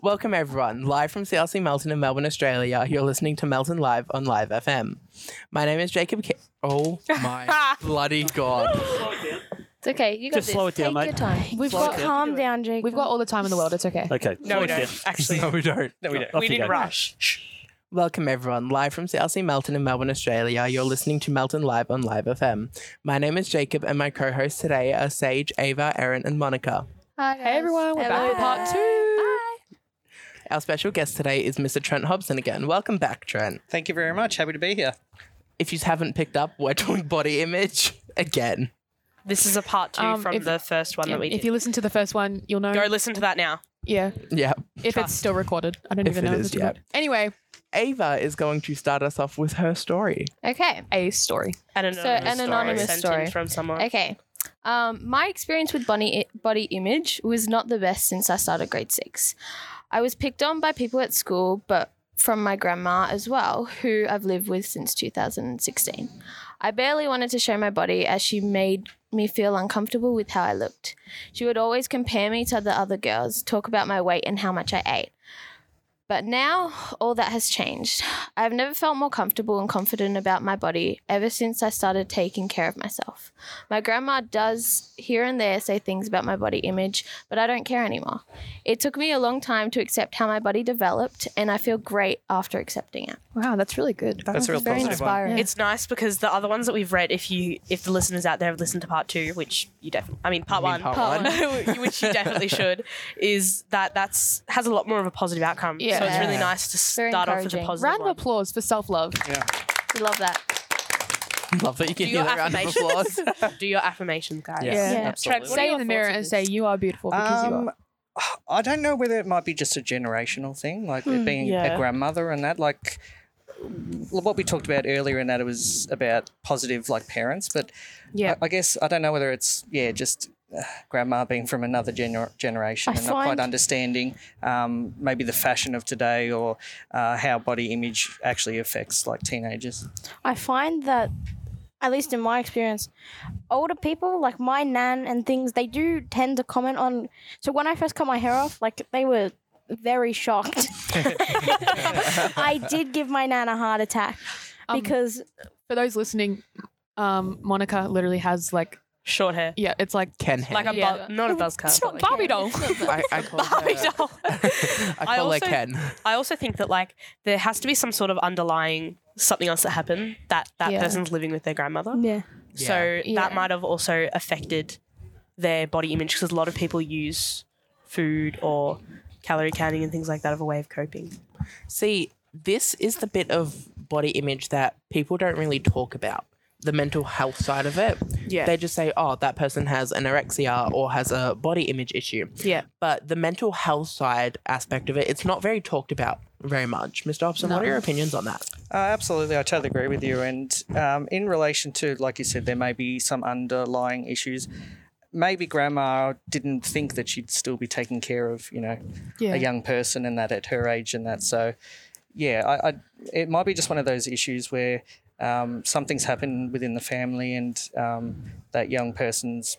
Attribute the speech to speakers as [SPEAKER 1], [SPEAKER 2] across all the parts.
[SPEAKER 1] Welcome, everyone. Live from CLC Melton in Melbourne, Australia, you're listening to Melton Live on Live FM. My name is Jacob. K- oh my bloody god!
[SPEAKER 2] It's okay. You got
[SPEAKER 3] Just
[SPEAKER 2] this.
[SPEAKER 3] slow it down,
[SPEAKER 2] Take
[SPEAKER 3] mate.
[SPEAKER 2] your time.
[SPEAKER 4] We've
[SPEAKER 3] Slow
[SPEAKER 4] got
[SPEAKER 3] it
[SPEAKER 4] calm down, Jake.
[SPEAKER 2] We've got all the time in the world. It's okay.
[SPEAKER 3] Okay.
[SPEAKER 5] No, we
[SPEAKER 3] slow it
[SPEAKER 5] don't. Actually,
[SPEAKER 1] No, we don't.
[SPEAKER 5] no, we
[SPEAKER 3] No,
[SPEAKER 5] don't.
[SPEAKER 3] off
[SPEAKER 5] we
[SPEAKER 3] you
[SPEAKER 5] didn't
[SPEAKER 3] go.
[SPEAKER 5] rush.
[SPEAKER 1] Welcome, everyone. Live from CLC Melton in Melbourne, Australia, you're listening to Melton Live on Live FM. My name is Jacob, and my co hosts today are Sage, Ava, Erin, and Monica.
[SPEAKER 2] Hi, hey everyone. We're back
[SPEAKER 4] Hello.
[SPEAKER 2] for part two.
[SPEAKER 1] Our special guest today is Mr. Trent Hobson again. Welcome back, Trent.
[SPEAKER 5] Thank you very much. Happy to be here.
[SPEAKER 1] If you haven't picked up, we're doing body image again.
[SPEAKER 6] This is a part two
[SPEAKER 2] Um,
[SPEAKER 6] from
[SPEAKER 2] if-
[SPEAKER 6] the first one that we
[SPEAKER 2] if
[SPEAKER 6] did.
[SPEAKER 2] you listen to the first one, you'll know.
[SPEAKER 6] Go listen to that now.
[SPEAKER 2] yeah,
[SPEAKER 1] Yeah.
[SPEAKER 2] if it's still recorded, I don't
[SPEAKER 1] If
[SPEAKER 2] even
[SPEAKER 1] it
[SPEAKER 2] know
[SPEAKER 1] is,
[SPEAKER 2] it's
[SPEAKER 1] yeah.
[SPEAKER 2] recorded. Anyway,
[SPEAKER 1] Ava is going to start us off with her story.
[SPEAKER 4] okay.
[SPEAKER 2] a story.
[SPEAKER 6] An anonymous,
[SPEAKER 4] So, an anonymous
[SPEAKER 6] sent in
[SPEAKER 4] story.
[SPEAKER 6] from someone.
[SPEAKER 4] Okay. Um, my experience with body, body image was not the best since I started grade six. I was picked on by people at school, but from my grandma as well, who I've lived with since 2016. I barely wanted to show my body as she made me feel uncomfortable with how I looked. She would always compare me to the other girls, talk about my weight and how much I ate. But now all that has changed. I've never felt more comfortable and confident about my body ever since I started taking care of myself. My grandma does here and there say things about my body image, but I don't care anymore. It took me a long time to accept how my body developed, and I feel great after accepting it.
[SPEAKER 2] Wow, that's really good.
[SPEAKER 5] That's a real
[SPEAKER 4] Very
[SPEAKER 5] positive one.
[SPEAKER 4] inspiring.
[SPEAKER 6] It's nice because the other ones that we've read, if you if the listeners out there have listened to part two, which you definitely, I mean part one,
[SPEAKER 1] part
[SPEAKER 4] Part one.
[SPEAKER 6] which you definitely should, is that that's has a lot more of a positive outcome.
[SPEAKER 2] Yeah.
[SPEAKER 6] So it's really
[SPEAKER 4] Yeah.
[SPEAKER 6] nice to
[SPEAKER 4] Very
[SPEAKER 6] start off with a
[SPEAKER 4] encouraging.
[SPEAKER 6] positive
[SPEAKER 2] Round of
[SPEAKER 6] one.
[SPEAKER 2] applause for self love.
[SPEAKER 4] We love that.
[SPEAKER 1] Love that you can
[SPEAKER 6] Do
[SPEAKER 1] hear
[SPEAKER 6] your
[SPEAKER 1] that round of applause.
[SPEAKER 6] affirmations. Do your affirmations, guys.
[SPEAKER 2] Yeah.
[SPEAKER 4] Yeah.
[SPEAKER 5] absolutely.
[SPEAKER 6] What are
[SPEAKER 2] Say in
[SPEAKER 6] your
[SPEAKER 2] the mirror and
[SPEAKER 6] thoughts on
[SPEAKER 2] say
[SPEAKER 6] this?
[SPEAKER 2] you are beautiful because you
[SPEAKER 5] Um,
[SPEAKER 2] are.
[SPEAKER 5] I don't know whether it might be just a generational thing, like it being
[SPEAKER 6] yeah.
[SPEAKER 5] a grandmother and that. Like l- what we talked about earlier, in that it was about positive, like parents. But
[SPEAKER 2] Yeah.
[SPEAKER 5] I, I guess I don't know whether it's yeah, just uh, grandma being from another gener- generation
[SPEAKER 4] I
[SPEAKER 5] and not
[SPEAKER 4] find-
[SPEAKER 5] quite understanding um, maybe the fashion of today or uh, how body image actually affects like teenagers.
[SPEAKER 7] I find that, at least in my experience, older people like my nan and things, they do tend to comment on. So when I first cut my hair off, like they were very shocked. I did give my nan a heart attack
[SPEAKER 2] Um,
[SPEAKER 7] because
[SPEAKER 2] For those listening, um, Monica literally has like
[SPEAKER 6] Short hair,
[SPEAKER 2] yeah, it's like
[SPEAKER 1] Ken
[SPEAKER 6] like a bu-
[SPEAKER 2] Yeah.
[SPEAKER 6] not a buzz cut.
[SPEAKER 2] it's
[SPEAKER 6] but
[SPEAKER 2] not
[SPEAKER 6] like-
[SPEAKER 2] Barbie doll.
[SPEAKER 1] I, I call her,
[SPEAKER 6] doll.
[SPEAKER 1] I call her
[SPEAKER 6] also-
[SPEAKER 1] Ken.
[SPEAKER 6] I also think that like there has to be some sort of underlying something else that happened that that
[SPEAKER 2] Yeah.
[SPEAKER 6] person's living with their grandmother.
[SPEAKER 7] yeah,
[SPEAKER 6] So
[SPEAKER 2] Yeah.
[SPEAKER 6] that might have also affected their body image because a lot of people use food or calorie counting and things like that of a way of coping.
[SPEAKER 1] See, this is the bit of body image that people don't really talk about the mental health side of it.
[SPEAKER 6] Yeah.
[SPEAKER 1] They just say, oh, that person has anorexia or has a body image issue.
[SPEAKER 6] Yeah.
[SPEAKER 1] But the mental health side aspect of it, it's not very talked about very much. Mr. Hobson, what are your opinions on that?
[SPEAKER 5] Uh, absolutely, I totally agree with you. And um, in relation to, like you said, there may be some underlying issues. Maybe grandma didn't think that she'd still be taking care of, you know,
[SPEAKER 2] Yeah.
[SPEAKER 5] a young person and that at her age and that. So, yeah, I, I, it might be just one of those issues where um, something's happened within the family and um, that young person's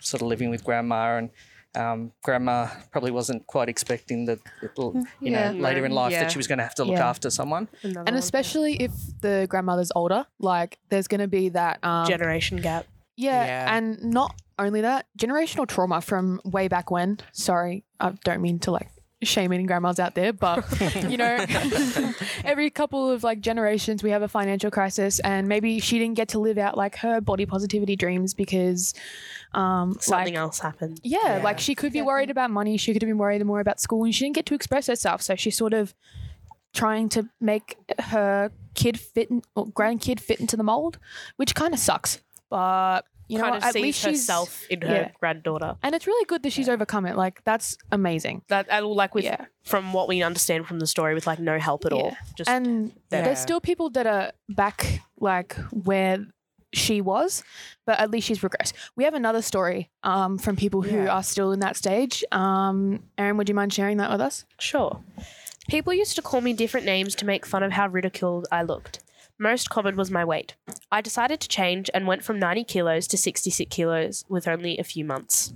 [SPEAKER 5] sort of living with grandma and um, grandma probably wasn't quite expecting that, you
[SPEAKER 2] Yeah.
[SPEAKER 5] know, later in life
[SPEAKER 6] Yeah.
[SPEAKER 5] that she was going to have to look
[SPEAKER 2] Hmm. Yeah.
[SPEAKER 5] after someone.
[SPEAKER 2] and especially if the grandmother's older, like there's gonna be that um,
[SPEAKER 6] generation gap.
[SPEAKER 2] Yeah,
[SPEAKER 1] Yeah.
[SPEAKER 2] and not only that, generational trauma from way back when. Sorry, I don't mean to like shame any grandmas out there, but you know, every couple of like generations we have a financial crisis, and maybe she didn't get to live out like her body positivity dreams because, um,
[SPEAKER 6] Something
[SPEAKER 2] like.
[SPEAKER 6] else happened.
[SPEAKER 2] Yeah,
[SPEAKER 1] Yeah.
[SPEAKER 2] like she could be worried about money. She could have been worried more about school, and she didn't get to express herself. So she's sort of trying to make her kid fit in, or grandkid fit into the mold, which kind of sucks.
[SPEAKER 6] uh,
[SPEAKER 2] But you
[SPEAKER 6] kind
[SPEAKER 2] know,
[SPEAKER 6] of
[SPEAKER 2] at
[SPEAKER 6] sees
[SPEAKER 2] least
[SPEAKER 6] herself
[SPEAKER 2] she's
[SPEAKER 6] in her
[SPEAKER 2] yeah.
[SPEAKER 6] granddaughter.
[SPEAKER 2] and it's really good that she's overcome it. Like that's amazing.
[SPEAKER 6] That and like with
[SPEAKER 2] Yeah.
[SPEAKER 6] from what we understand from the story with like no help at all.
[SPEAKER 2] Yeah.
[SPEAKER 6] Just
[SPEAKER 2] and
[SPEAKER 1] Yeah.
[SPEAKER 2] there's still people that are back like where she was, but at least she's regressed. We have another story um, from people who
[SPEAKER 1] Yeah.
[SPEAKER 2] are still in that stage. Um, Aaron, would you mind sharing that with us?
[SPEAKER 6] Sure. People used to call me different names to make fun of how ridiculed I looked. Most common was my weight. I decided to change and went from 90 kilos to 66 kilos with only a few months.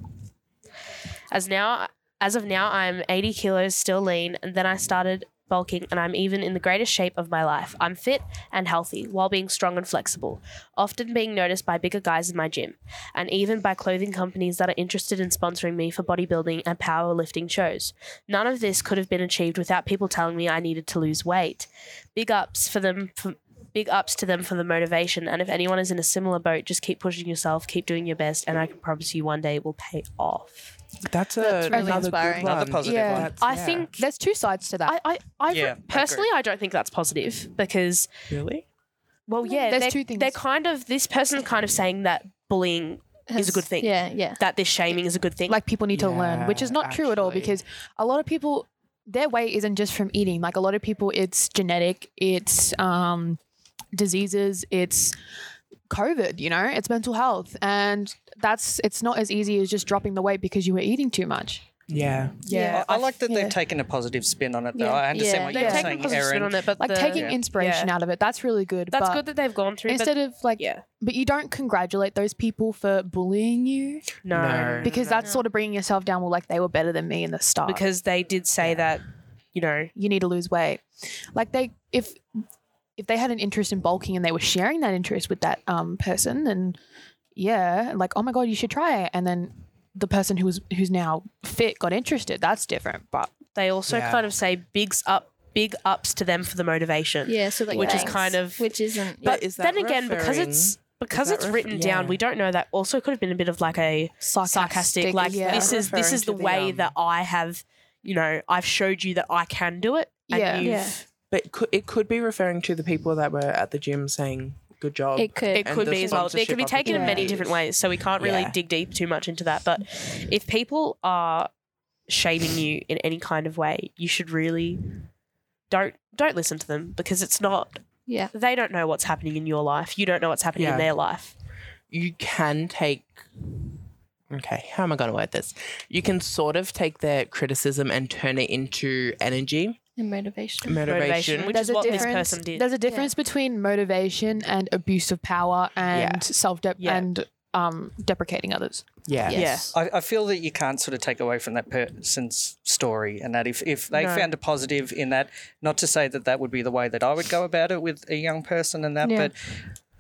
[SPEAKER 6] As now As of now, I'm 80 kilos, still lean, and then I started bulking, and I'm even in the greatest shape of my life. I'm fit and healthy while being strong and flexible, often being noticed by bigger guys in my gym, and even by clothing companies that are interested in sponsoring me for bodybuilding and powerlifting shows. None of this could have been achieved without people telling me I needed to lose weight. Big ups for them. For, Big ups to them for the motivation. And if anyone is in a similar boat, just keep pushing yourself, keep doing your best, and I can promise you one day it will pay off.
[SPEAKER 1] That's a
[SPEAKER 2] That's really
[SPEAKER 1] another
[SPEAKER 2] inspiring.
[SPEAKER 1] Good one.
[SPEAKER 5] Another positive
[SPEAKER 2] Yeah.
[SPEAKER 5] one.
[SPEAKER 1] That's-
[SPEAKER 6] I
[SPEAKER 1] yeah.
[SPEAKER 6] think
[SPEAKER 2] There's two sides to that.
[SPEAKER 6] I, I, I
[SPEAKER 5] Yeah, I agree.
[SPEAKER 6] personally, I don't think that's positive because,
[SPEAKER 1] really.
[SPEAKER 6] well, yeah,
[SPEAKER 2] There's
[SPEAKER 6] they're,
[SPEAKER 2] two things.
[SPEAKER 6] they're kind of this person's kind of saying that bullying is a good thing,
[SPEAKER 4] Yeah, yeah.
[SPEAKER 6] that this shaming is a good thing.
[SPEAKER 2] like people need to learn, which is
[SPEAKER 1] Yeah,
[SPEAKER 2] not true at all
[SPEAKER 1] actually.
[SPEAKER 2] because a lot of people their weight isn't just from eating. Like a lot of people it's genetic, it's um diseases, it's COVID, you know, it's mental health. And that's it's not as easy as just dropping the weight because you were eating too much.
[SPEAKER 1] Yeah.
[SPEAKER 5] I, I like that
[SPEAKER 2] yeah.
[SPEAKER 5] they've taken a positive spin on it, though.
[SPEAKER 4] Yeah.
[SPEAKER 5] I understand
[SPEAKER 4] Yeah.
[SPEAKER 5] what
[SPEAKER 6] they've
[SPEAKER 5] you're
[SPEAKER 6] taken a
[SPEAKER 5] saying,
[SPEAKER 6] positive spin
[SPEAKER 5] Erin.
[SPEAKER 6] on it, but
[SPEAKER 2] Like
[SPEAKER 6] the-
[SPEAKER 2] taking
[SPEAKER 5] Yeah.
[SPEAKER 2] inspiration out of it, that's really good.
[SPEAKER 6] that's
[SPEAKER 2] but
[SPEAKER 6] good that they've gone through.
[SPEAKER 2] Instead
[SPEAKER 6] but,
[SPEAKER 2] of like,
[SPEAKER 6] yeah,
[SPEAKER 2] but you don't congratulate those people for bullying you
[SPEAKER 6] no,
[SPEAKER 1] No.
[SPEAKER 2] because that's sort of bringing yourself down. Well, like they were better than me in the start.
[SPEAKER 6] because they did say that, you know,
[SPEAKER 2] you need to lose weight. Like they if if they had an interest in bulking and they were sharing that interest with that um person and yeah, like oh my god, you should try it and then the person who was who's now fit got interested. That's different, but
[SPEAKER 6] they also
[SPEAKER 1] Yeah.
[SPEAKER 6] kind of say bigs up, big ups to them for the motivation.
[SPEAKER 4] Yeah, so like
[SPEAKER 6] Which is
[SPEAKER 4] thanks,
[SPEAKER 6] kind of-
[SPEAKER 4] which isn't
[SPEAKER 6] But
[SPEAKER 1] is that
[SPEAKER 6] then again, because it's because
[SPEAKER 1] that
[SPEAKER 6] it's
[SPEAKER 1] refer-
[SPEAKER 6] written down,
[SPEAKER 1] yeah.
[SPEAKER 6] we don't know that. Also, could have been a bit of like a sarcastic, like
[SPEAKER 2] yeah.
[SPEAKER 6] this is this
[SPEAKER 1] Referring
[SPEAKER 6] is
[SPEAKER 1] to
[SPEAKER 6] the
[SPEAKER 1] the,
[SPEAKER 6] way
[SPEAKER 1] um,
[SPEAKER 6] that I have, you know, I've showed you that I can do it. And
[SPEAKER 2] Yeah.
[SPEAKER 6] you've-
[SPEAKER 4] Yeah.
[SPEAKER 1] But could, it could be referring to the people that were at the gym saying "good job."
[SPEAKER 4] it could.
[SPEAKER 6] It
[SPEAKER 1] And
[SPEAKER 6] could
[SPEAKER 1] the
[SPEAKER 6] be as well. It could be
[SPEAKER 1] sponsorship
[SPEAKER 6] taken in many
[SPEAKER 1] opportunities.
[SPEAKER 6] different ways, so we can't really
[SPEAKER 1] Yeah.
[SPEAKER 6] dig deep too much into that. But if people are shaming you in any kind of way, you should really don't don't listen to them because it's not
[SPEAKER 4] yeah.
[SPEAKER 6] they don't know what's happening in your life. You don't know what's happening
[SPEAKER 1] Yeah.
[SPEAKER 6] in their life.
[SPEAKER 1] you can take okay how am i going to word this you can sort of take their criticism and turn it into energy
[SPEAKER 4] And motivation.
[SPEAKER 1] motivation,
[SPEAKER 6] Motivation, which
[SPEAKER 2] There's
[SPEAKER 6] is
[SPEAKER 2] a
[SPEAKER 6] what this
[SPEAKER 2] difference.
[SPEAKER 6] person did.
[SPEAKER 2] there's a difference between motivation and abuse of power and
[SPEAKER 1] Yeah.
[SPEAKER 2] self dep
[SPEAKER 6] Yeah.
[SPEAKER 2] and um deprecating others.
[SPEAKER 1] yeah
[SPEAKER 6] Yeah.
[SPEAKER 5] I, I feel that you can't sort of take away from that person's story, and that if, if they
[SPEAKER 6] No.
[SPEAKER 5] found a positive in that, not to say that that would be the way that I would go about it with a young person and that,
[SPEAKER 2] Yeah.
[SPEAKER 5] but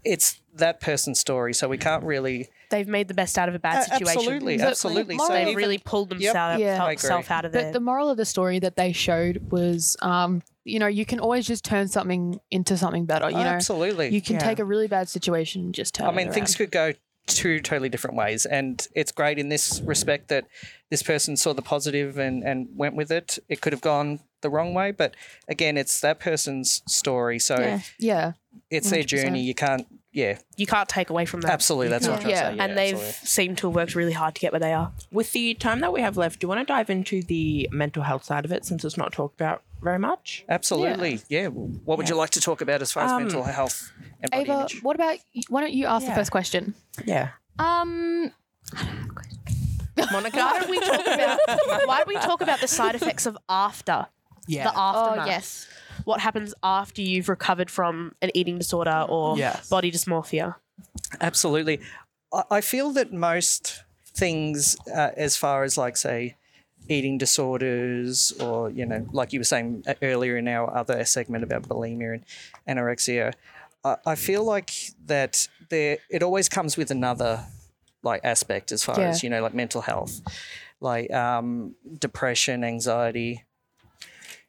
[SPEAKER 5] it's that person's story, so we can't really
[SPEAKER 6] They've made the best out of a bad
[SPEAKER 5] A-
[SPEAKER 6] situation.
[SPEAKER 5] absolutely,
[SPEAKER 2] But, like,
[SPEAKER 5] absolutely.
[SPEAKER 2] moral-
[SPEAKER 5] so
[SPEAKER 6] They
[SPEAKER 5] even-
[SPEAKER 6] really pulled
[SPEAKER 5] Yep.
[SPEAKER 6] themselves
[SPEAKER 2] Yeah.
[SPEAKER 5] I
[SPEAKER 6] self
[SPEAKER 5] agree.
[SPEAKER 6] out of
[SPEAKER 2] But
[SPEAKER 6] there.
[SPEAKER 2] the moral of the story that they showed was um you know, you can always just turn something into something better,
[SPEAKER 5] Oh,
[SPEAKER 2] you know.
[SPEAKER 5] absolutely.
[SPEAKER 2] You can
[SPEAKER 1] Yeah.
[SPEAKER 2] take a really bad situation and just turn
[SPEAKER 5] I
[SPEAKER 2] it
[SPEAKER 5] mean, things
[SPEAKER 2] around.
[SPEAKER 5] could go two totally different ways, and it's great in this respect that this person saw the positive and and went with it. It could have gone the wrong way, but again, it's that person's story, so
[SPEAKER 4] Yeah.
[SPEAKER 2] Yeah.
[SPEAKER 5] it's their
[SPEAKER 2] 100%.
[SPEAKER 5] journey. You can't, yeah,
[SPEAKER 6] you can't take away from that.
[SPEAKER 5] absolutely. That's what I'm trying
[SPEAKER 2] Yeah.
[SPEAKER 5] to say. Yeah,
[SPEAKER 6] and they've
[SPEAKER 5] absolutely.
[SPEAKER 6] seemed to have worked really hard to get where they are.
[SPEAKER 1] with the time that we have left do you want to dive into the mental health side of it since it's not talked about very much
[SPEAKER 5] Absolutely. Yeah. What would you like to talk about as far as
[SPEAKER 1] Um,
[SPEAKER 5] mental health and body
[SPEAKER 2] Ava,
[SPEAKER 5] image?
[SPEAKER 2] what about why don't you ask
[SPEAKER 1] Yeah.
[SPEAKER 2] the first question?
[SPEAKER 1] yeah
[SPEAKER 4] Um
[SPEAKER 1] monica
[SPEAKER 6] Why don't we talk about why don't we talk about the side effects of after
[SPEAKER 1] yeah
[SPEAKER 6] the aftermath?
[SPEAKER 4] oh yes.
[SPEAKER 6] What happens after you've recovered from an eating disorder or
[SPEAKER 1] Yes.
[SPEAKER 6] body dysmorphia?
[SPEAKER 5] Absolutely. I, I feel that most things, uh, as far as like, say, eating disorders, or, you know, like you were saying uh, earlier in our other segment about bulimia and anorexia, I, I feel like that there, it always comes with another like aspect as far
[SPEAKER 2] Yeah.
[SPEAKER 5] as, you know, like mental health, like um, depression, anxiety.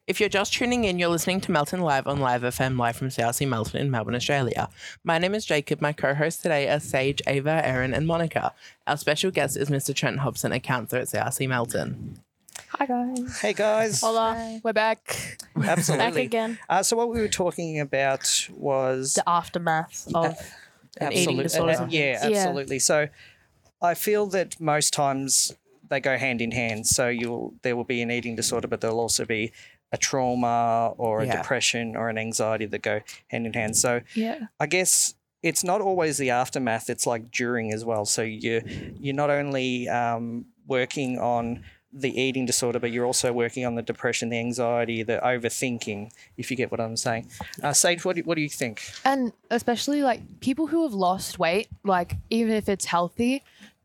[SPEAKER 1] If you're just tuning in, you're listening to Melton Live on Live FM, live from Southsea Melton in Melbourne, Australia. My name is Jacob. My co hosts today are Sage, Ava, Erin, and Monica. Our special guest is Mr. Trent Hobson, a counselor at Southsea Melton.
[SPEAKER 2] Hi guys.
[SPEAKER 5] Hey guys.
[SPEAKER 2] Hola. We're back.
[SPEAKER 5] Absolutely.
[SPEAKER 7] Back again.
[SPEAKER 5] Uh, so what we were talking about was
[SPEAKER 6] The aftermath of an eating disorder.
[SPEAKER 5] uh, yeah,
[SPEAKER 2] Yeah.
[SPEAKER 5] absolutely. So I feel that most times they go hand in hand. So you'll there will be an eating disorder, but there'll also be a trauma or a
[SPEAKER 1] Yeah.
[SPEAKER 5] depression or an anxiety that go hand in hand. So
[SPEAKER 2] Yeah.
[SPEAKER 5] I guess it's not always the aftermath. It's like during as well. So you you're not only um, working on the eating disorder, but you're also working on the depression, the anxiety, the overthinking. If you get what I'm saying, uh, Sage, what do, what do you think?
[SPEAKER 2] And especially like people who have lost weight, like even if it's healthy,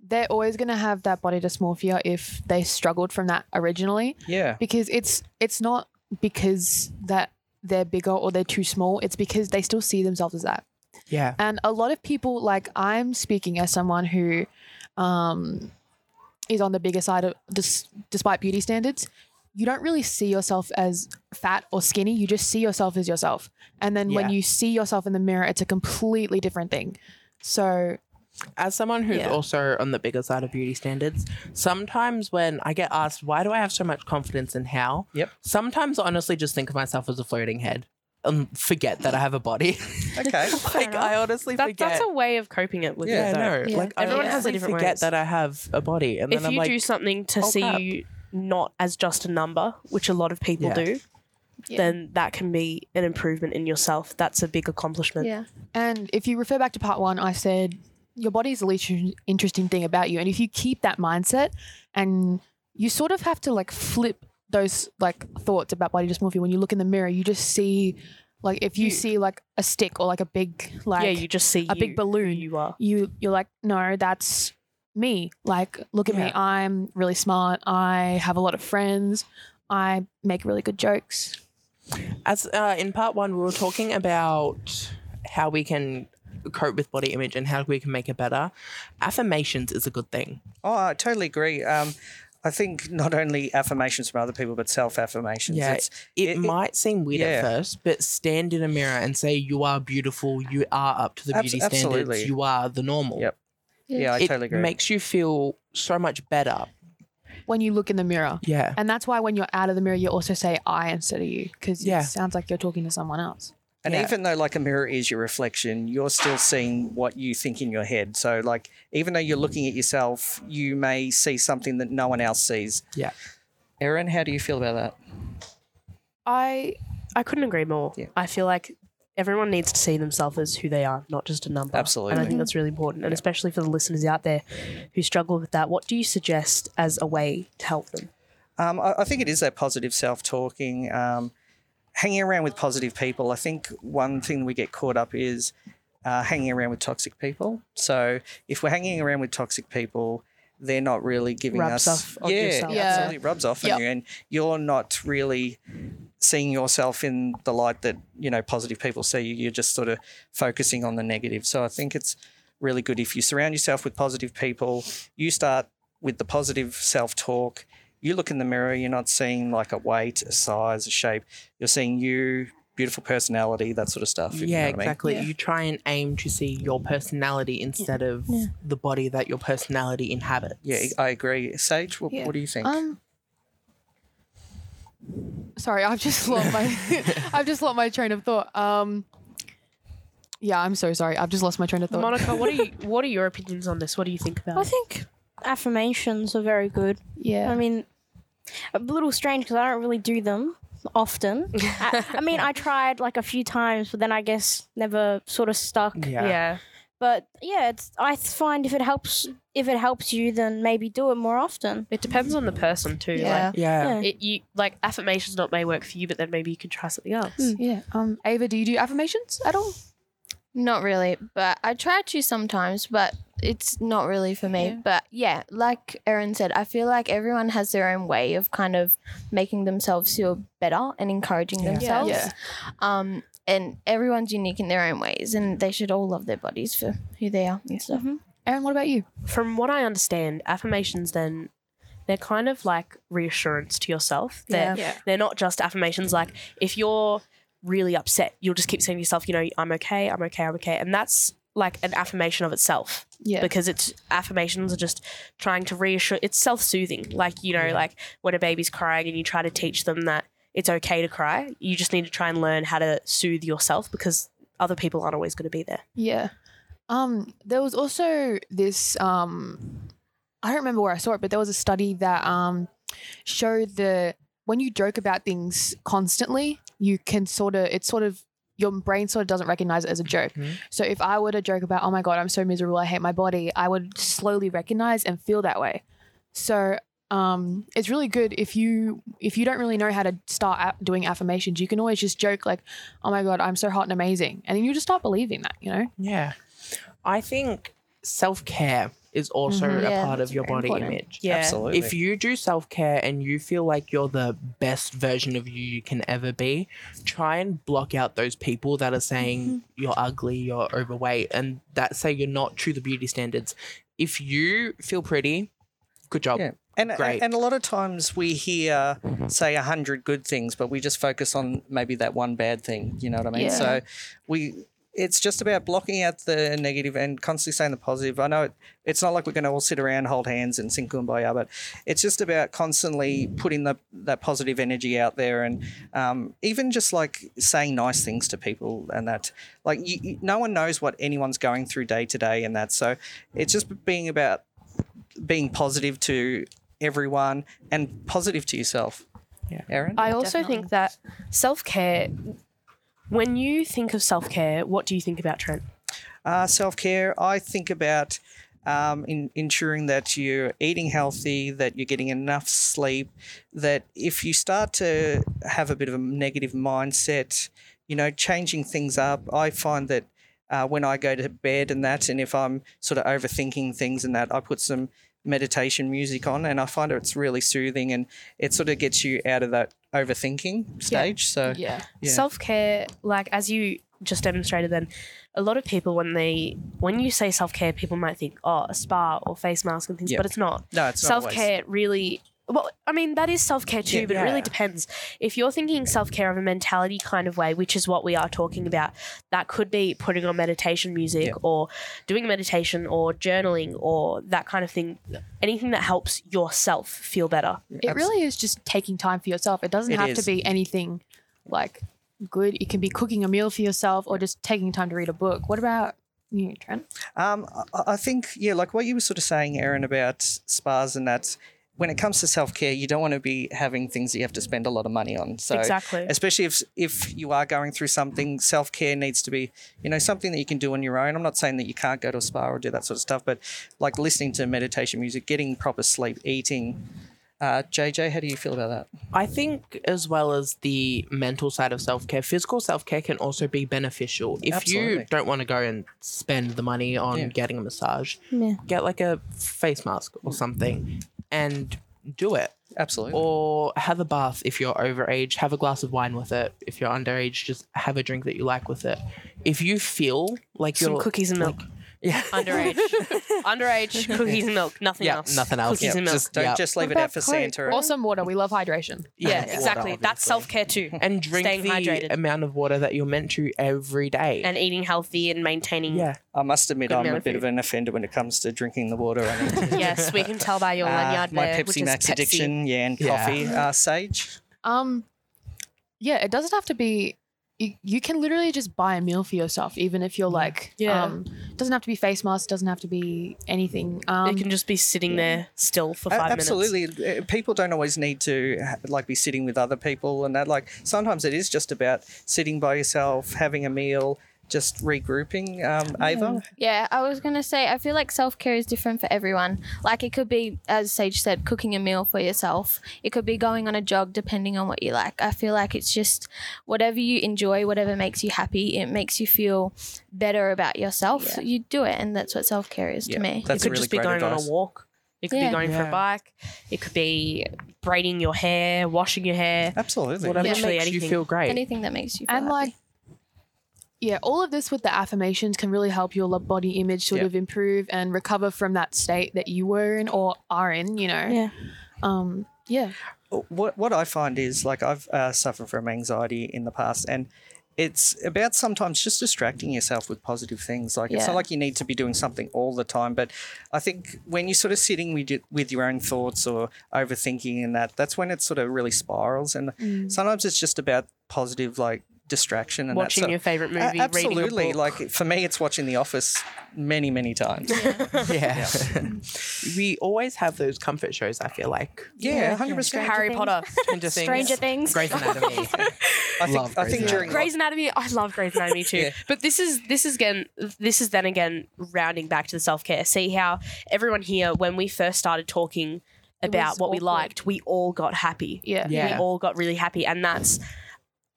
[SPEAKER 2] they're always going to have that body dysmorphia if they struggled from that originally
[SPEAKER 5] Yeah.
[SPEAKER 2] because it's it's not because that they're bigger or they're too small it's because they still see themselves as that
[SPEAKER 1] Yeah.
[SPEAKER 2] and a lot of people like i'm speaking as someone who um is on the bigger side of dis- despite beauty standards you don't really see yourself as fat or skinny you just see yourself as yourself and then when
[SPEAKER 1] Yeah.
[SPEAKER 2] you see yourself in the mirror it's a completely different thing so
[SPEAKER 1] As someone who's
[SPEAKER 2] Yeah.
[SPEAKER 1] also on the bigger side of beauty standards, sometimes when I get asked, why do I have so much confidence in how?
[SPEAKER 5] Yep.
[SPEAKER 1] Sometimes I honestly just think of myself as a floating head and forget that I have a body.
[SPEAKER 5] Okay.
[SPEAKER 1] like, I honestly
[SPEAKER 6] That,
[SPEAKER 1] forget.
[SPEAKER 6] that's a way of coping it with
[SPEAKER 5] Yeah,
[SPEAKER 1] yeah,
[SPEAKER 6] it. though.
[SPEAKER 1] no.
[SPEAKER 4] Yeah.
[SPEAKER 1] Like, I
[SPEAKER 6] Everyone has
[SPEAKER 1] honestly
[SPEAKER 6] their different
[SPEAKER 1] forget
[SPEAKER 6] ways.
[SPEAKER 1] that I have a body. And
[SPEAKER 6] If
[SPEAKER 1] then I'm
[SPEAKER 6] you
[SPEAKER 1] like,
[SPEAKER 6] do something to
[SPEAKER 1] oh,
[SPEAKER 6] see
[SPEAKER 1] crap.
[SPEAKER 6] you not as just a number, which a lot of people
[SPEAKER 1] Yeah.
[SPEAKER 6] do, then that can be an improvement in yourself. That's a big accomplishment.
[SPEAKER 4] Yeah.
[SPEAKER 2] And if you refer back to part one, I said your body is the least interesting thing about you. And if you keep that mindset and you sort of have to like flip those like thoughts about body dysmorphia when you look in the mirror, you just see like if you,
[SPEAKER 6] You.
[SPEAKER 2] see like a stick or like a big like
[SPEAKER 6] yeah, you just see
[SPEAKER 2] a big
[SPEAKER 6] you,
[SPEAKER 2] balloon,
[SPEAKER 6] who you are.
[SPEAKER 2] you you're like, no, that's me. Like, look at me.
[SPEAKER 1] Yeah.
[SPEAKER 2] I'm really smart. I have a lot of friends. I make really good jokes.
[SPEAKER 1] as uh, in part one, we were talking about how we can cope with body image and how we can make it better. Affirmations is a good thing.
[SPEAKER 5] Oh, I totally agree. Um, I think not only affirmations from other people, but self affirmations.
[SPEAKER 1] Yeah,
[SPEAKER 5] It's,
[SPEAKER 1] It,
[SPEAKER 5] it-
[SPEAKER 1] might seem weird
[SPEAKER 5] yeah.
[SPEAKER 1] at first, but stand in a mirror and say, "You are beautiful. You are up to the
[SPEAKER 5] Abs-
[SPEAKER 1] beauty
[SPEAKER 5] absolutely.
[SPEAKER 1] standards. You are the normal."
[SPEAKER 5] Yep. yeah, I
[SPEAKER 1] it
[SPEAKER 5] totally agree.
[SPEAKER 1] makes you feel so much better.
[SPEAKER 2] When you look in the mirror.
[SPEAKER 1] Yeah.
[SPEAKER 2] And that's why when you're out of the mirror, you also say I instead of you because
[SPEAKER 1] Yeah.
[SPEAKER 2] it sounds like you're talking to someone else.
[SPEAKER 5] and
[SPEAKER 1] yeah.
[SPEAKER 5] even though like a mirror is your reflection, you're still seeing what you think in your head. So like even though you're looking at yourself, you may see something that no one else sees.
[SPEAKER 1] Yeah.
[SPEAKER 5] Erin, how do you feel about that?
[SPEAKER 6] I I couldn't agree more.
[SPEAKER 5] Yeah.
[SPEAKER 6] I feel like everyone needs to see themselves as who they are, not just a number. And I
[SPEAKER 5] Absolutely.
[SPEAKER 6] think that's really important. And especially for the listeners out there who struggle with that, what do you suggest as a way to help them?
[SPEAKER 5] Um, I, I think it is that positive self talking, um, hanging around with positive people. I think one thing we get caught up is uh, hanging around with toxic people. So if we're hanging around with toxic people, they're not really giving
[SPEAKER 6] Rubs
[SPEAKER 5] us
[SPEAKER 6] off on
[SPEAKER 5] yeah,
[SPEAKER 6] yourself.
[SPEAKER 2] Yeah.
[SPEAKER 5] absolutely rubs off
[SPEAKER 2] Yep.
[SPEAKER 5] on you, and you're not really seeing yourself in the light that you know positive people see you. You're just sort of focusing on the negative. So I think it's really good if you surround yourself with positive people. You start with the positive self talk. You look in the mirror. You're not seeing like a weight, a size, a shape. You're seeing you, beautiful personality, that sort of stuff. if you
[SPEAKER 1] Yeah,
[SPEAKER 5] know what I mean.
[SPEAKER 1] exactly.
[SPEAKER 4] Yeah.
[SPEAKER 1] You try and aim to see your personality instead of
[SPEAKER 7] Yeah.
[SPEAKER 1] the body that your personality inhabits.
[SPEAKER 5] Yeah, I agree. Sage, what,
[SPEAKER 2] Yeah.
[SPEAKER 5] what do you think?
[SPEAKER 2] Um, sorry, I've just lost my, I've just lost my train of thought. Um, yeah, I'm so sorry. I've just lost my train of thought.
[SPEAKER 6] Monica, what are you what are your opinions on this? What do you think about
[SPEAKER 7] I
[SPEAKER 6] it?
[SPEAKER 7] think affirmations are very good. I
[SPEAKER 2] yeah,
[SPEAKER 7] mean, a little strange because I don't really do them often. I, I mean, I tried like a few times, but then I guess never sort of stuck.
[SPEAKER 1] Yeah.
[SPEAKER 7] But yeah, it's, I find if it helps, if it helps you, then maybe do it more often.
[SPEAKER 6] It depends on the person too.
[SPEAKER 2] yeah,
[SPEAKER 1] Yeah.
[SPEAKER 7] Yeah.
[SPEAKER 6] Like it you like affirmations not may work for you, but then maybe you can try something else.
[SPEAKER 2] yeah. Um, Ava, do you do affirmations at all?
[SPEAKER 4] Not really, but I try to sometimes, but it's not really for me. But yeah, like Erin said, I feel like everyone has their own way of kind of making themselves feel better and encouraging
[SPEAKER 1] Yeah.
[SPEAKER 4] themselves.
[SPEAKER 2] Yeah.
[SPEAKER 4] Um, and everyone's unique in their own ways, and they should all love their bodies for who they are and stuff.
[SPEAKER 2] Aaron, what about you?
[SPEAKER 6] From what I understand, affirmations then they're kind of like reassurance to yourself. They're
[SPEAKER 2] Yeah.
[SPEAKER 6] they're not just affirmations like if you're really upset, you'll just keep saying to yourself, you know, I'm okay, I'm okay, I'm okay. And that's like an affirmation of itself.
[SPEAKER 2] Yeah.
[SPEAKER 6] because it's affirmations are just trying to reassure it's self-soothing like you know like when a baby's crying and you try to teach them that it's okay to cry you just need to try and learn how to soothe yourself because other people aren't always going to be there
[SPEAKER 2] Yeah. Um, there was also this um I don't remember where I saw it, but there was a study that um showed the when you joke about things constantly, you can sort of it's sort of your brain sort of doesn't recognize it as a joke.
[SPEAKER 1] Mhm.
[SPEAKER 2] So if I were to joke about, oh my god, I'm so miserable, I hate my body, I would slowly recognize and feel that way. So um, it's really good if you if you don't really know how to start a- doing affirmations, you can always just joke like, oh my god, I'm so hot and amazing, and then you just start believing that, you know.
[SPEAKER 1] Yeah. I think self care is also
[SPEAKER 2] Mhm.
[SPEAKER 1] a
[SPEAKER 4] Yeah,
[SPEAKER 1] part of
[SPEAKER 4] that's
[SPEAKER 1] your
[SPEAKER 4] very
[SPEAKER 1] body
[SPEAKER 4] important.
[SPEAKER 1] image.
[SPEAKER 6] Yeah.
[SPEAKER 5] Absolutely.
[SPEAKER 1] If you do self care and you feel like you're the best version of you you can ever be, try and block out those people that are saying you're ugly, you're overweight, and that say you're not true to beauty standards. If you feel pretty, good job.
[SPEAKER 5] Yeah. And,
[SPEAKER 1] Great.
[SPEAKER 5] and a lot of times we hear say a hundred good things, but we just focus on maybe that one bad thing. You know what I mean?
[SPEAKER 4] Yeah.
[SPEAKER 5] So we it's just about blocking out the negative and constantly saying the positive. I know it, it's not like we're going to all sit around, hold hands, and sing kumbaya, but it's just about constantly putting the, that positive energy out there, and um, even just like saying nice things to people, and that like you, you, no one knows what anyone's going through day to day, and that. So it's just being about being positive to everyone and positive to yourself. Yeah, Aaron.
[SPEAKER 6] I also think that self care. When you think of self care, what do you think about Trent?
[SPEAKER 5] Uh, Self care. I think about um, in, ensuring that you're eating healthy, that you're getting enough sleep. That if you start to have a bit of a negative mindset, you know, changing things up. I find that uh, when I go to bed and that, and if I'm sort of overthinking things and that, I put some meditation music on, and I find it's really soothing and it sort of gets you out of that overthinking stage. So
[SPEAKER 4] Yeah.
[SPEAKER 5] Yeah.
[SPEAKER 6] Self care, like as you just demonstrated, then a lot of people when they when you say self care, people might think oh a spa or face mask and things,
[SPEAKER 5] Yeah.
[SPEAKER 6] but it's not.
[SPEAKER 5] no, it's not
[SPEAKER 6] self
[SPEAKER 5] always-
[SPEAKER 6] care really well i mean that is self care too
[SPEAKER 5] Yeah.
[SPEAKER 6] but it really
[SPEAKER 5] Yeah.
[SPEAKER 6] depends if you're thinking self care of a mentality kind of way which is what we are talking about that could be putting on meditation music
[SPEAKER 5] Yeah.
[SPEAKER 6] or doing meditation or journaling or that kind of thing anything that helps yourself feel better
[SPEAKER 2] It really is just taking time for yourself. It doesn't
[SPEAKER 5] It
[SPEAKER 2] have to
[SPEAKER 5] is.
[SPEAKER 2] be anything like good. It can be cooking a meal for yourself or just taking time to read a book. What about you, Trent?
[SPEAKER 5] Um, I- I think yeah, like what you were sort of saying, Erin, about spas and that. When it comes to self care, you don't want to be having things that you have to spend a lot of money on. So
[SPEAKER 6] exactly
[SPEAKER 5] especially if if you are going through something, self care needs to be you know something that you can do on your own. I'm not saying that you can't go to a spa or do that sort of stuff, but like listening to meditation music, getting proper sleep, eating. Uh, JJ, how do you feel about that?
[SPEAKER 1] I think, as well as the mental side of self care, physical self care can also be beneficial. If you
[SPEAKER 5] Absolutely.
[SPEAKER 1] don't want to go and spend the money on
[SPEAKER 5] Yeah.
[SPEAKER 1] getting a massage,
[SPEAKER 7] Yeah.
[SPEAKER 1] get like a face mask or something and do it.
[SPEAKER 5] Absolutely.
[SPEAKER 1] Or have a bath if you're overage, have a glass of wine with it. If you're underage, just have a drink that you like with it. If you feel like
[SPEAKER 6] some
[SPEAKER 1] you're
[SPEAKER 6] cookies and milk
[SPEAKER 1] yeah,
[SPEAKER 6] underage underage cookies and milk nothing
[SPEAKER 1] Yeah,
[SPEAKER 6] else
[SPEAKER 1] nothing else.
[SPEAKER 6] cookies
[SPEAKER 1] Yeah,
[SPEAKER 6] and milk
[SPEAKER 5] just don't
[SPEAKER 1] yeah.
[SPEAKER 5] just leave
[SPEAKER 2] What
[SPEAKER 5] it out
[SPEAKER 2] about
[SPEAKER 5] for
[SPEAKER 2] Coke?
[SPEAKER 5] Santa.
[SPEAKER 2] Or some water. We love hydration.
[SPEAKER 6] yeah,
[SPEAKER 5] water,
[SPEAKER 6] exactly that's
[SPEAKER 5] obviously.
[SPEAKER 6] self-care too
[SPEAKER 1] and drink
[SPEAKER 6] Staying
[SPEAKER 1] the
[SPEAKER 6] hydrated.
[SPEAKER 1] amount of water that you're meant to every day.
[SPEAKER 6] and eating healthy and maintaining
[SPEAKER 1] yeah,
[SPEAKER 5] I must admit,
[SPEAKER 6] Good
[SPEAKER 5] I'm
[SPEAKER 6] amount
[SPEAKER 5] a
[SPEAKER 6] of
[SPEAKER 5] bit of
[SPEAKER 6] food.
[SPEAKER 5] an offender when it comes to drinking the water. I mean,
[SPEAKER 6] yes we can tell by your
[SPEAKER 5] uh,
[SPEAKER 6] lanyard
[SPEAKER 5] my
[SPEAKER 6] there, which
[SPEAKER 5] Pepsi
[SPEAKER 6] is
[SPEAKER 5] Max
[SPEAKER 6] Pepsi.
[SPEAKER 5] addiction, yeah, and
[SPEAKER 1] Yeah.
[SPEAKER 5] coffee. Uh, Sage.
[SPEAKER 2] Um, yeah, it doesn't have to be. You, you can literally just buy a meal for yourself, even if you're like,
[SPEAKER 6] Yeah.
[SPEAKER 2] um, doesn't have to be face mask, doesn't have to be anything. Um,
[SPEAKER 6] it can just be sitting there still for
[SPEAKER 5] A-
[SPEAKER 6] five minutes.
[SPEAKER 5] absolutely. Uh, People don't always need to ha- like be sitting with other people and that. Like sometimes it is just about sitting by yourself, having a meal, just regrouping. Um, Ava,
[SPEAKER 4] Yeah, I was gonna say I feel like self care is different for everyone. Like it could be, as Sage said, cooking a meal for yourself. It could be going on a jog, depending on what you like. I feel like it's just whatever you enjoy, whatever makes you happy. It makes you feel better about yourself. You do it, and that's what self care is
[SPEAKER 5] Yeah,
[SPEAKER 4] to me.
[SPEAKER 5] that's
[SPEAKER 6] it could
[SPEAKER 5] really
[SPEAKER 6] just be
[SPEAKER 5] great
[SPEAKER 6] going on
[SPEAKER 5] advice.
[SPEAKER 6] a walk. It could
[SPEAKER 4] Yeah.
[SPEAKER 6] be going for
[SPEAKER 1] Yeah.
[SPEAKER 6] a bike. It could be braiding your hair, washing your hair.
[SPEAKER 5] Absolutely.
[SPEAKER 1] whatever
[SPEAKER 6] Yeah. Literally
[SPEAKER 1] makes you
[SPEAKER 6] anything.
[SPEAKER 1] feel great.
[SPEAKER 4] Anything that makes you feel
[SPEAKER 2] and
[SPEAKER 4] happy.
[SPEAKER 2] like yeah all of this with the affirmations can really help your lo- body image sort
[SPEAKER 5] Yeah.
[SPEAKER 2] of improve and recover from that state that you were in or are in you know
[SPEAKER 7] Yeah.
[SPEAKER 2] um yeah
[SPEAKER 5] what what I find is like I've uh, suffered from anxiety in the past, and it's about sometimes just distracting yourself with positive things. Like it's
[SPEAKER 4] Yeah.
[SPEAKER 5] not like you need to be doing something all the time, but I think when you're sort of sitting with your, with your own thoughts or overthinking and that, that's when it sort of really spirals. And
[SPEAKER 6] Mm.
[SPEAKER 5] sometimes it's just about positive like distraction and
[SPEAKER 6] Watching
[SPEAKER 5] that. So-
[SPEAKER 6] your favorite movie,
[SPEAKER 5] A-
[SPEAKER 6] reading a
[SPEAKER 5] absolutely.
[SPEAKER 6] book.
[SPEAKER 5] Like for me, it's watching The Office many, many times.
[SPEAKER 1] yeah. we always have those comfort shows, I feel like.
[SPEAKER 5] yeah, hundred percent.
[SPEAKER 6] Harry
[SPEAKER 7] Things.
[SPEAKER 6] Potter,
[SPEAKER 1] Stranger Things. Grey's
[SPEAKER 7] Stranger Things.
[SPEAKER 1] Anatomy.
[SPEAKER 5] I think,
[SPEAKER 1] Love
[SPEAKER 5] I think
[SPEAKER 1] Grey's
[SPEAKER 5] during
[SPEAKER 6] Grey's Anatomy. I love Grey's Anatomy too. But this is this is again this is then again rounding back to the self care. See how everyone here when we first started talking about
[SPEAKER 2] was
[SPEAKER 6] what we
[SPEAKER 2] awkward.
[SPEAKER 6] liked, we all got happy.
[SPEAKER 2] yeah
[SPEAKER 1] Yeah.
[SPEAKER 6] we all got really happy and that's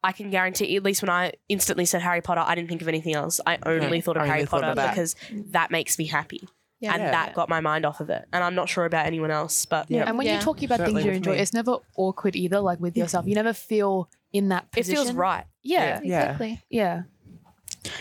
[SPEAKER 6] I can guarantee at least when I instantly said Harry Potter I didn't think of anything else I only
[SPEAKER 1] No,
[SPEAKER 6] thought of
[SPEAKER 1] only
[SPEAKER 6] Harry
[SPEAKER 1] thought
[SPEAKER 6] Potter
[SPEAKER 1] of that.
[SPEAKER 6] because that makes me happy
[SPEAKER 4] Yeah.
[SPEAKER 6] and
[SPEAKER 1] Yeah.
[SPEAKER 6] that got my mind off of it. And I'm not sure about anyone else, but
[SPEAKER 5] Yeah.
[SPEAKER 2] And when
[SPEAKER 4] Yeah.
[SPEAKER 2] you're talking about
[SPEAKER 5] Certainly
[SPEAKER 2] things you
[SPEAKER 5] with
[SPEAKER 2] enjoy,
[SPEAKER 5] me.
[SPEAKER 2] it's never awkward either, like with yourself. You never feel in that
[SPEAKER 6] it
[SPEAKER 2] position.
[SPEAKER 6] feels right.
[SPEAKER 2] Yeah.
[SPEAKER 1] Yeah.
[SPEAKER 4] Exactly.
[SPEAKER 2] Yeah.
[SPEAKER 7] I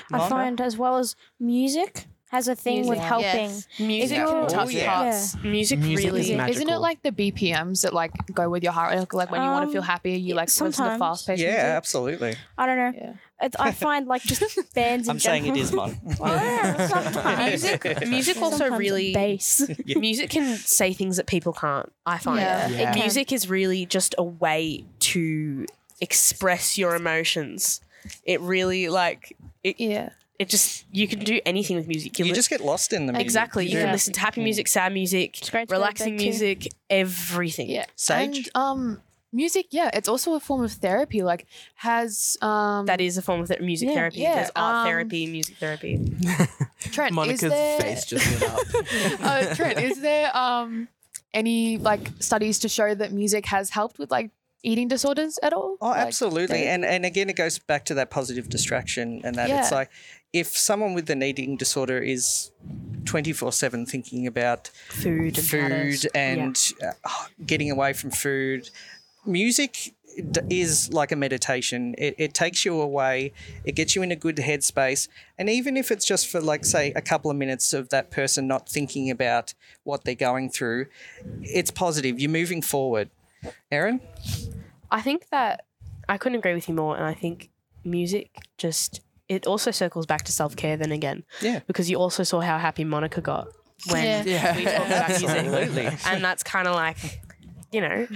[SPEAKER 5] Martha?
[SPEAKER 7] find as well as music has a thing with
[SPEAKER 4] Music.
[SPEAKER 7] helping.
[SPEAKER 4] Yes.
[SPEAKER 1] Music
[SPEAKER 7] If
[SPEAKER 1] can
[SPEAKER 7] you're-
[SPEAKER 1] touch
[SPEAKER 5] Yeah.
[SPEAKER 6] Hearts. Music,
[SPEAKER 1] Music
[SPEAKER 6] really
[SPEAKER 1] is
[SPEAKER 6] is
[SPEAKER 1] ma-
[SPEAKER 2] Isn't
[SPEAKER 1] magical.
[SPEAKER 2] it like the BPMs that like go with your heart? Like, like when you want to feel
[SPEAKER 7] Um,
[SPEAKER 2] happier, you like listen to
[SPEAKER 7] sometimes.
[SPEAKER 2] fast paced
[SPEAKER 5] Yeah, absolutely.
[SPEAKER 7] I don't know.
[SPEAKER 2] music. Yeah.
[SPEAKER 7] It, I find like just bands. In
[SPEAKER 5] I'm saying it
[SPEAKER 7] general.
[SPEAKER 5] is mine.
[SPEAKER 7] Yeah, sometimes.
[SPEAKER 6] music, music also
[SPEAKER 7] Sometimes
[SPEAKER 6] really
[SPEAKER 7] bass.
[SPEAKER 6] music can say things that people can't. I find
[SPEAKER 4] Yeah.
[SPEAKER 1] Yeah.
[SPEAKER 7] It can.
[SPEAKER 6] music is really just a way to express your emotions. It really like
[SPEAKER 2] Yeah.
[SPEAKER 6] it just you can do anything with music.
[SPEAKER 5] You
[SPEAKER 6] li-
[SPEAKER 5] just get lost in the music.
[SPEAKER 6] exactly. You
[SPEAKER 5] do.
[SPEAKER 6] can listen to happy music, sad music,
[SPEAKER 7] It's great to go to
[SPEAKER 6] relaxing
[SPEAKER 7] bed to.
[SPEAKER 6] music, everything.
[SPEAKER 2] Yeah.
[SPEAKER 5] Sage?
[SPEAKER 2] And um music, yeah, it's also a form of therapy. Like has um
[SPEAKER 6] That is a form of th- music
[SPEAKER 7] Yeah.
[SPEAKER 6] therapy.
[SPEAKER 2] Yeah,
[SPEAKER 6] There's art
[SPEAKER 2] um,
[SPEAKER 6] therapy, music therapy.
[SPEAKER 2] Trent,
[SPEAKER 1] Monica's
[SPEAKER 2] is there,
[SPEAKER 1] face just lit up.
[SPEAKER 2] uh, Trent, is there um any like studies to show that music has helped with like eating disorders at all?
[SPEAKER 5] Oh,
[SPEAKER 2] Like,
[SPEAKER 5] absolutely.
[SPEAKER 2] the-
[SPEAKER 5] and and again, it goes back to that positive distraction and that it's
[SPEAKER 2] Yeah.
[SPEAKER 5] like if someone with an eating disorder is 24/7 thinking about
[SPEAKER 6] Food and
[SPEAKER 5] food and uh, getting away from food, music d- is like a meditation. It, it takes you away. It gets you in a good headspace. And even if it's just for like say a couple of minutes of that person not thinking about what they're going through, it's positive. You're moving forward. Aaron?
[SPEAKER 6] I think that I couldn't agree with you more. And I think music just it also circles back to self care then again.
[SPEAKER 5] Yeah.
[SPEAKER 6] Because you also saw how happy Monica got when
[SPEAKER 4] Yeah.
[SPEAKER 1] Yeah.
[SPEAKER 6] we talked about music.
[SPEAKER 5] Absolutely.
[SPEAKER 6] And that's kind of like, you know,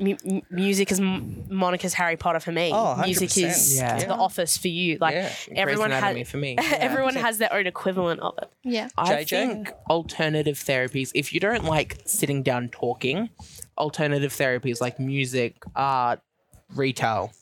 [SPEAKER 6] mu- mu- music is M- Monica's Harry Potter for me.
[SPEAKER 5] Oh, 100%.
[SPEAKER 6] Music is
[SPEAKER 1] Yeah.
[SPEAKER 6] The Office for you. Like
[SPEAKER 5] Yeah.
[SPEAKER 6] everyone
[SPEAKER 1] Grey's Anatomy
[SPEAKER 6] has.
[SPEAKER 1] for me.
[SPEAKER 6] Everyone has their own equivalent of it.
[SPEAKER 4] Yeah.
[SPEAKER 1] I
[SPEAKER 5] JJ?
[SPEAKER 1] think alternative therapies, if you don't like sitting down talking, alternative therapies like music, art, retail.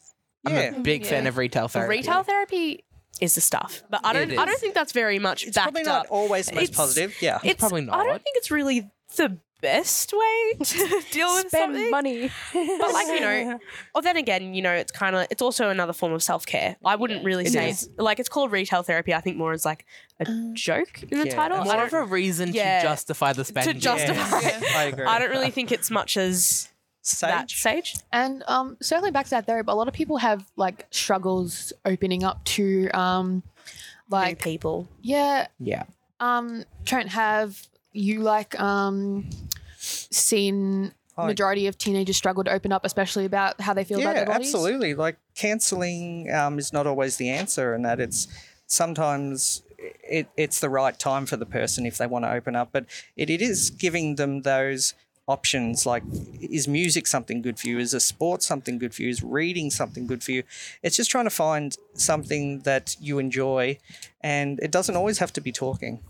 [SPEAKER 5] Yeah.
[SPEAKER 1] I'm a big fan of retail
[SPEAKER 6] But
[SPEAKER 1] therapy.
[SPEAKER 6] Retail therapy is the stuff, but I
[SPEAKER 1] It
[SPEAKER 6] don't. I
[SPEAKER 1] is.
[SPEAKER 6] don't think that's very much backed
[SPEAKER 5] Probably
[SPEAKER 6] up.
[SPEAKER 5] not always the most
[SPEAKER 6] It's-
[SPEAKER 5] positive. Yeah.
[SPEAKER 6] it's
[SPEAKER 1] probably not.
[SPEAKER 6] I don't think it's really the best way to deal with something.
[SPEAKER 7] Spend money.
[SPEAKER 6] But like you know, or then again, you know, it's kind of it's also another form of self care. I wouldn't really say
[SPEAKER 5] is.
[SPEAKER 6] it's- like it's called retail therapy. I think more as like a joke in the
[SPEAKER 5] Yeah,
[SPEAKER 6] title. I
[SPEAKER 1] More
[SPEAKER 6] don't,
[SPEAKER 1] of a reason
[SPEAKER 6] Yeah.
[SPEAKER 1] to justify the spending.
[SPEAKER 6] to justify. it.
[SPEAKER 5] I agree.
[SPEAKER 6] I don't really think it's much as
[SPEAKER 5] Sage?
[SPEAKER 6] that sage.
[SPEAKER 2] And um, certainly back to that therapy, a lot of people have like struggles opening up to um,
[SPEAKER 6] Like
[SPEAKER 2] like
[SPEAKER 6] people,
[SPEAKER 2] yeah,
[SPEAKER 1] Yeah.
[SPEAKER 2] um, Trent, have you like um seen
[SPEAKER 5] Oh,
[SPEAKER 2] majority of teenagers struggle to open up, especially about how they feel about
[SPEAKER 5] yeah,
[SPEAKER 2] their bodies?
[SPEAKER 5] absolutely. Like cancelling um, is not always the answer, and that it's sometimes it, it's the right time for the person if they want to open up. But it, it is giving them those options. Like, is music something good for you? Is a sport something good for you? Is reading something good for you? It's just trying to find something that you enjoy, and it doesn't always have to be talking.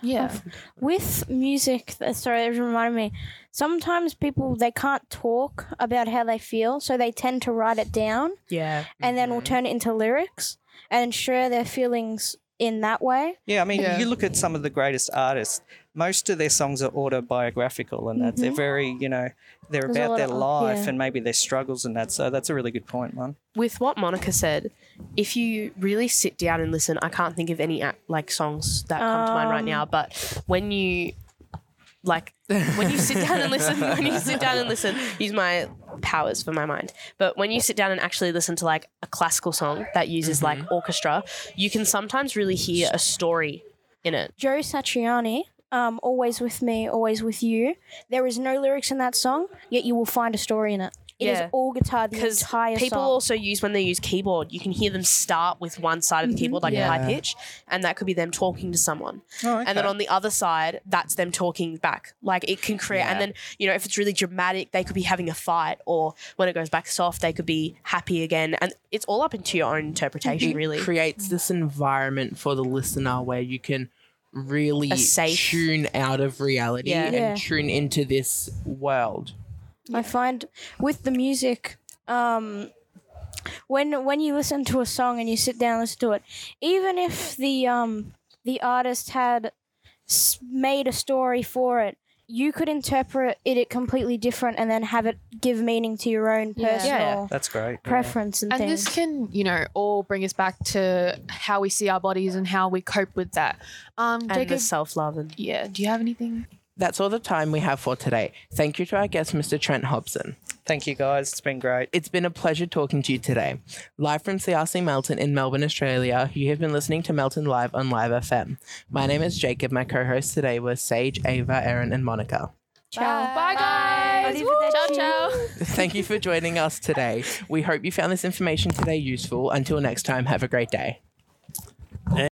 [SPEAKER 2] Yeah,
[SPEAKER 7] with music th- sorry it reminded me sometimes people they can't talk about how they feel so they tend to write it down
[SPEAKER 6] yeah,
[SPEAKER 7] and then will
[SPEAKER 6] Mm-hmm.
[SPEAKER 7] turn it into lyrics and share their feelings in that way
[SPEAKER 5] Yeah, I mean,
[SPEAKER 2] Yeah.
[SPEAKER 5] you look at some of the greatest artists. Most of their songs are autobiographical, and that they're very, you know, they're
[SPEAKER 7] Mm-hmm. a
[SPEAKER 5] about
[SPEAKER 7] lot
[SPEAKER 5] their
[SPEAKER 7] of-
[SPEAKER 5] life
[SPEAKER 7] yeah.
[SPEAKER 5] and maybe their struggles and that. So that's a really good point, man.
[SPEAKER 6] with what Monica said, if you really sit down and listen, I can't think of any ac- like songs that come to mind right
[SPEAKER 7] Um.
[SPEAKER 6] now. But when you like when you sit down and listen, when you sit down and listen, use my powers for my mind. But when you sit down and actually listen to like a classical song that uses like orchestra, you can sometimes really hear a story in it.
[SPEAKER 7] joe satriani um, always with me always with you there is no lyrics in that song yet you will find a story in it It is
[SPEAKER 6] Yeah.
[SPEAKER 7] all guitar the
[SPEAKER 6] Because
[SPEAKER 7] entire
[SPEAKER 6] people
[SPEAKER 7] song
[SPEAKER 6] also use when they use keyboard, you can hear them start with one side of the keyboard, like
[SPEAKER 2] Yeah.
[SPEAKER 6] high pitch, and that could be them talking to someone.
[SPEAKER 5] Oh,
[SPEAKER 6] and then on the other side that's them talking back like it can create and
[SPEAKER 5] Yeah.
[SPEAKER 6] then you know if it's really dramatic they could be having a fight or when it goes back soft they could be happy again and it's all up into your own interpretation
[SPEAKER 1] It
[SPEAKER 6] really
[SPEAKER 1] creates this environment for the listener where you can really
[SPEAKER 6] A safe-
[SPEAKER 1] tune out of reality
[SPEAKER 6] Yeah.
[SPEAKER 1] and
[SPEAKER 7] Yeah.
[SPEAKER 1] tune into this world.
[SPEAKER 7] I find with the music, um, when when you listen to a song and you sit down and listen to it, even if the um, the artist had s- made a story for it, you could interpret it completely different and then have it give meaning to your own
[SPEAKER 2] Yeah.
[SPEAKER 7] personal
[SPEAKER 6] Yeah.
[SPEAKER 5] That's great. yeah.
[SPEAKER 7] preference and,
[SPEAKER 2] And
[SPEAKER 7] things.
[SPEAKER 2] this can, you know, all bring us back to how we see our bodies and how we cope with that. Um,
[SPEAKER 6] and
[SPEAKER 2] Jacob,
[SPEAKER 6] the self love and
[SPEAKER 2] yeah, do you have anything?
[SPEAKER 1] That's all the time we have for today. Thank you to our guest, Mr. Trent Hobson.
[SPEAKER 5] Thank you guys. It's been great.
[SPEAKER 1] It's been a pleasure talking to you today. Live from CRC Melton in Melbourne, Australia, you have been listening to Melton Live on Live FM. My name is Jacob. My co hosts today were Sage, Ava, Erin, and Monica.
[SPEAKER 7] Ciao.
[SPEAKER 4] Bye, guys. Woo. Ciao,
[SPEAKER 7] Arrivederci.
[SPEAKER 4] ciao.
[SPEAKER 1] Thank you for joining us today. We hope you found this information today useful. Until next time, have a great day.